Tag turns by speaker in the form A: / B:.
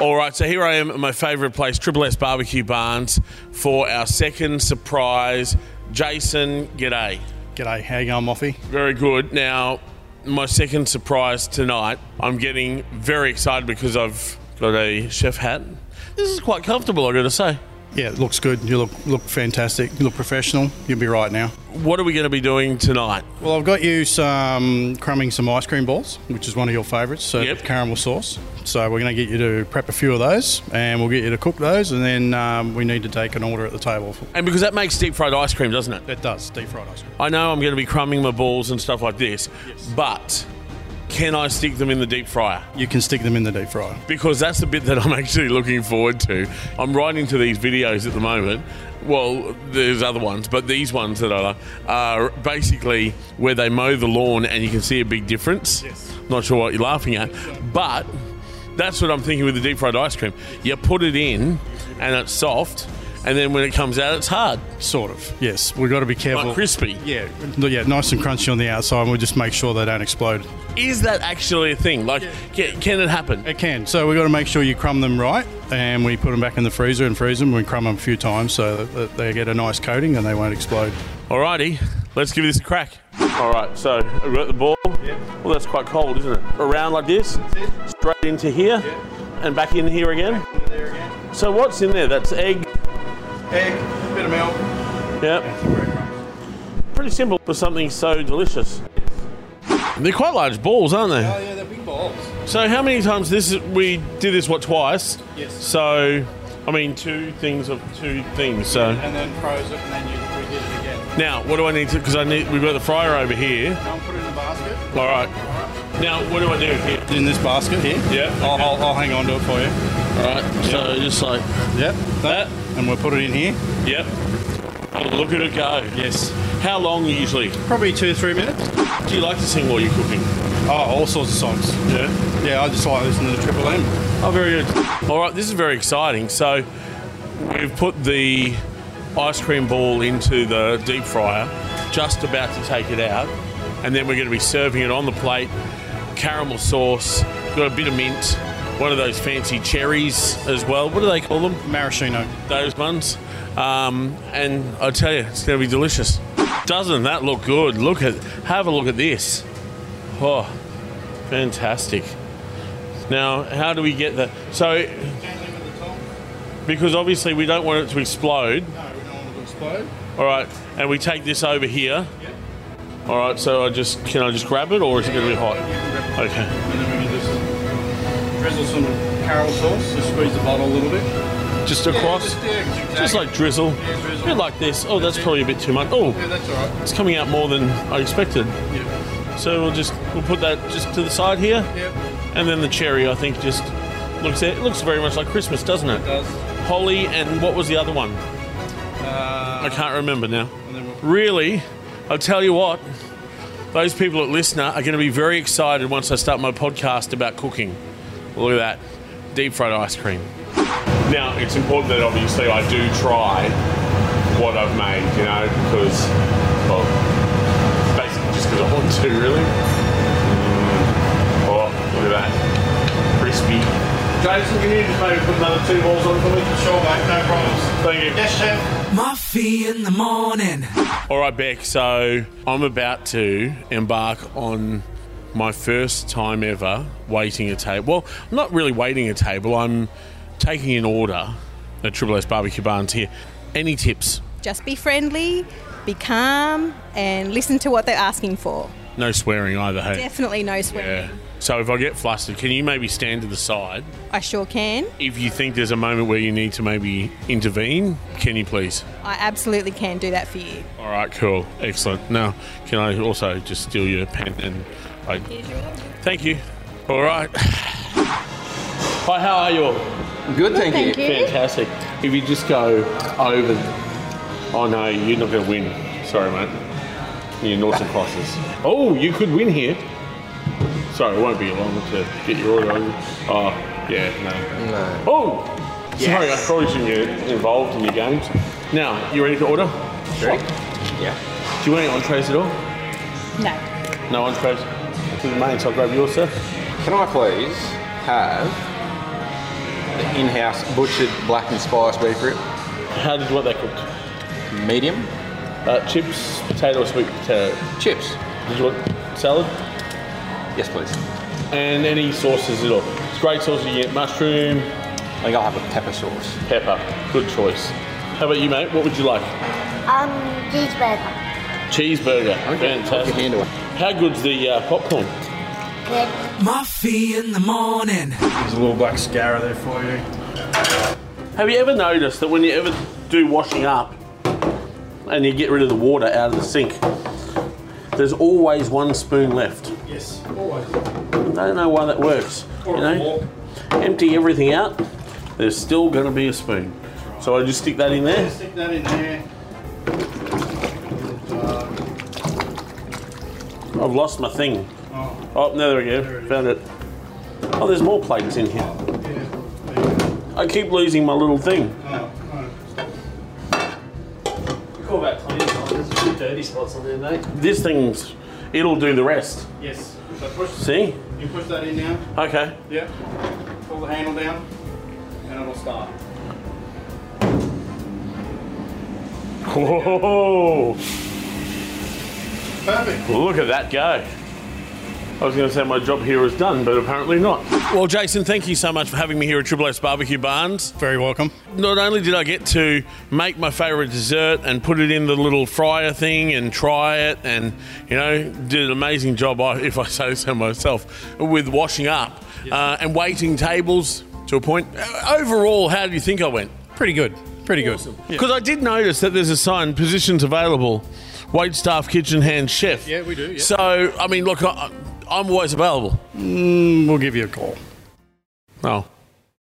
A: All right, so here I am at my favourite place, Triple S Barbecue Barns, for our second surprise. Jason, g'day.
B: G'day, how you going, Moffy?
A: Very good. Now, my second surprise tonight. I'm getting very excited because I've got a chef hat. This is quite comfortable, I got to say.
B: Yeah, it looks good. You look look fantastic. You look professional. You'll be right now.
A: What are we going to be doing tonight?
B: Well, I've got you some crumbing some ice cream balls, which is one of your favourites. So
A: Yep.
B: caramel sauce. So we're going to get you to prep a few of those, and we'll get you to cook those, and then um, we need to take an order at the table.
A: And because that makes deep fried ice cream, doesn't it?
B: That does deep fried ice cream.
A: I know I'm going to be crumbing my balls and stuff like this, but can I stick them in the deep fryer?
B: You can stick them in the deep fryer.
A: Because that's the bit that I'm actually looking forward to. I'm writing to these videos at the moment. Well, there's other ones, but these ones that I like are basically where they mow the lawn and you can see a big difference.
B: Yes.
A: Not sure what you're laughing at, but that's what I'm thinking with the deep fried ice cream. You put it in and it's soft, and then when it comes out, it's hard,
B: Sort of. Yes, we've got to be
A: like
B: careful.
A: crispy.
B: yeah, no, yeah, nice and crunchy on the outside. and We'll just make sure they don't explode.
A: Is that actually a thing? Like, can, can it happen?
B: It can. So we've got to make sure you crumb them right, and we put them back in the freezer and freeze them. We crumb them a few times so that they get a nice coating and they won't explode.
A: Alrighty, let's give this a crack. Alright, so I've got the ball. Well, that's quite cold, isn't it? Around like this, straight into here, and back in here again. So what's in there? That's egg.
B: Egg, bit of milk.
A: Yeah, pretty simple for something so delicious. They're quite large balls, aren't they?
B: Oh, yeah, they're big balls.
A: So how many times this is, we did this? What twice?
B: Yes.
A: So, I mean, two things of two things. So
B: And then froze it, and then you, we did it again.
A: now, what do I need to? Because I need. We've got the fryer over here.
B: Now put it in a basket.
A: All right. Now, what do I do here?
B: In this basket here.
A: Yeah.
B: I'll, I'll, I'll hang on to it for you.
A: All right. So just like
B: Yep.
A: that.
B: And we'll put it in here.
A: Yep. Oh, look at it go.
B: Yes.
A: How long usually?
B: Probably two, three minutes.
A: Do you like to sing while you're cooking?
B: Oh, all sorts of songs.
A: Yeah.
B: Yeah, I just like listening to the Triple M.
A: Oh, very good. All right. This is very exciting. So we've put the ice cream ball into the deep fryer, just about to take it out, and then we're going to be serving it on the plate. Caramel sauce. Got a bit of mint. One of those fancy cherries as well. What do they call them?
B: Maraschino.
A: those ones. Um, and I tell you, it's going to be delicious. Doesn't that look good? Look at, have a look at this. Oh, fantastic. Now, how do we get that? So, because obviously we don't want it to explode.
B: No, we don't want it to explode.
A: All right, and we take this over here. All right, so I just can I just grab it, or is it going to be hot? Okay.
B: And then we can just drizzle some caramel sauce, just squeeze the bottle a little bit.
A: Just across, just like drizzle, a bit like this. Oh, that's probably a bit too much. Oh,
B: Yeah, that's all right.
A: it's coming out more than I expected.
B: Yeah.
A: So we'll just we'll put that just to the side here,
B: Yeah,
A: and then the cherry I think just looks it looks very much like Christmas, doesn't
B: it
A: it?
B: does.
A: Holly and what was the other one?
B: Uh,
A: I can't remember now.
B: and then we'll-
A: Really, I'll tell you what. Those people at Listener are going to be very excited once I start my podcast about cooking. Look at that deep fried ice cream. Now, it's important that obviously I do try what I've made, you know, because, well, basically just because I want to, really. Mm. Oh, look at that. Crispy. Jason, can you just maybe put another two balls on for me?
B: Sure, mate, no problems.
A: Thank you.
B: Yes, chef.
C: Muffy in the morning.
A: All right, Beck. So I'm about to embark on my first time ever waiting a table. Well, I'm not really waiting a table. I'm taking an order at Triple S Barbecue Barns here. Any tips?
D: Just be friendly, be calm, and listen to what they're asking for.
A: No swearing either. Hey.
D: Definitely no swearing.
A: Yeah. So if I get flustered, can you maybe stand to the side?
D: I sure can.
A: If you think there's a moment where you need to maybe intervene, can you please?
D: I absolutely can do that for you.
A: All right, cool, excellent. Now, can I also just steal your pen and I Thank you. All right. Hi, how are you all?
E: Good, thank, you.
A: Fantastic. If you just go over. Oh no, you're not going to win. Sorry, mate. You're noughts and crosses. Oh, you could win here. Sorry, it won't be long to get your order over. Oh, yeah, no.
E: No.
A: Oh! Sorry, I probably shouldn't get involved in your games. Now, you ready to order?
E: Sure. Yeah.
A: Do you want any entrees at all?
D: No.
A: No entrees. To the main, so I'll grab yours, sir.
E: Can I please have the in-house butchered black and spice beef rib,
A: How did you want that cooked?
E: medium,
A: Uh, chips, potato, or sweet potato.
E: chips.
A: Did you want salad?
E: Yes, please.
A: And any sauces at all. It's great sauce. You get mushroom,
E: I think I'll have a pepper sauce.
A: pepper. Good choice. How about you, mate? What would you like?
F: Um, cheeseburger.
A: Cheeseburger.
E: Put your
A: Fantastic.
E: hand away.
A: How good's the uh, popcorn?
F: Good.
C: Muffy in the morning.
B: There's a little black scarra there for you.
A: Have you ever noticed that when you ever do washing up and you get rid of the water out of the sink, there's always one spoon left?
B: Yes, always.
A: I don't know why that works. You know, empty everything out, there's still going to be a spoon. So I just stick that in there.
B: Stick that in there.
A: I've lost my thing. Oh, no, there we go. Found it. Oh, there's more plates in here. I keep losing my little thing.
B: Oh,
G: Call about 20 spots. There's a few dirty spots on there, mate.
A: This thing's, it'll do the rest.
B: Yes. So push,
A: See?
B: you push that in now.
A: Okay.
B: Yeah. Pull the handle down, and it'll start.
A: Whoa!
B: Perfect.
A: Look at that go. I was going to say my job here is done, but apparently not. Well, Jason, thank you so much for having me here at Triple S Barbecue Barns.
B: Very welcome.
A: not only did I get to make my favourite dessert and put it in the little fryer thing and try it, and you know, did an amazing job, I- if I say so myself, with washing up uh, and waiting tables to a point. Uh, Overall, how do you think I went?
B: Pretty good. Pretty good.
A: Because I did notice that there's a sign, positions available, wait staff, kitchen hand, chef.
B: Yeah, we do, yeah.
A: So, I mean, look, I, I'm always available.
B: We'll give you a call.
A: Oh,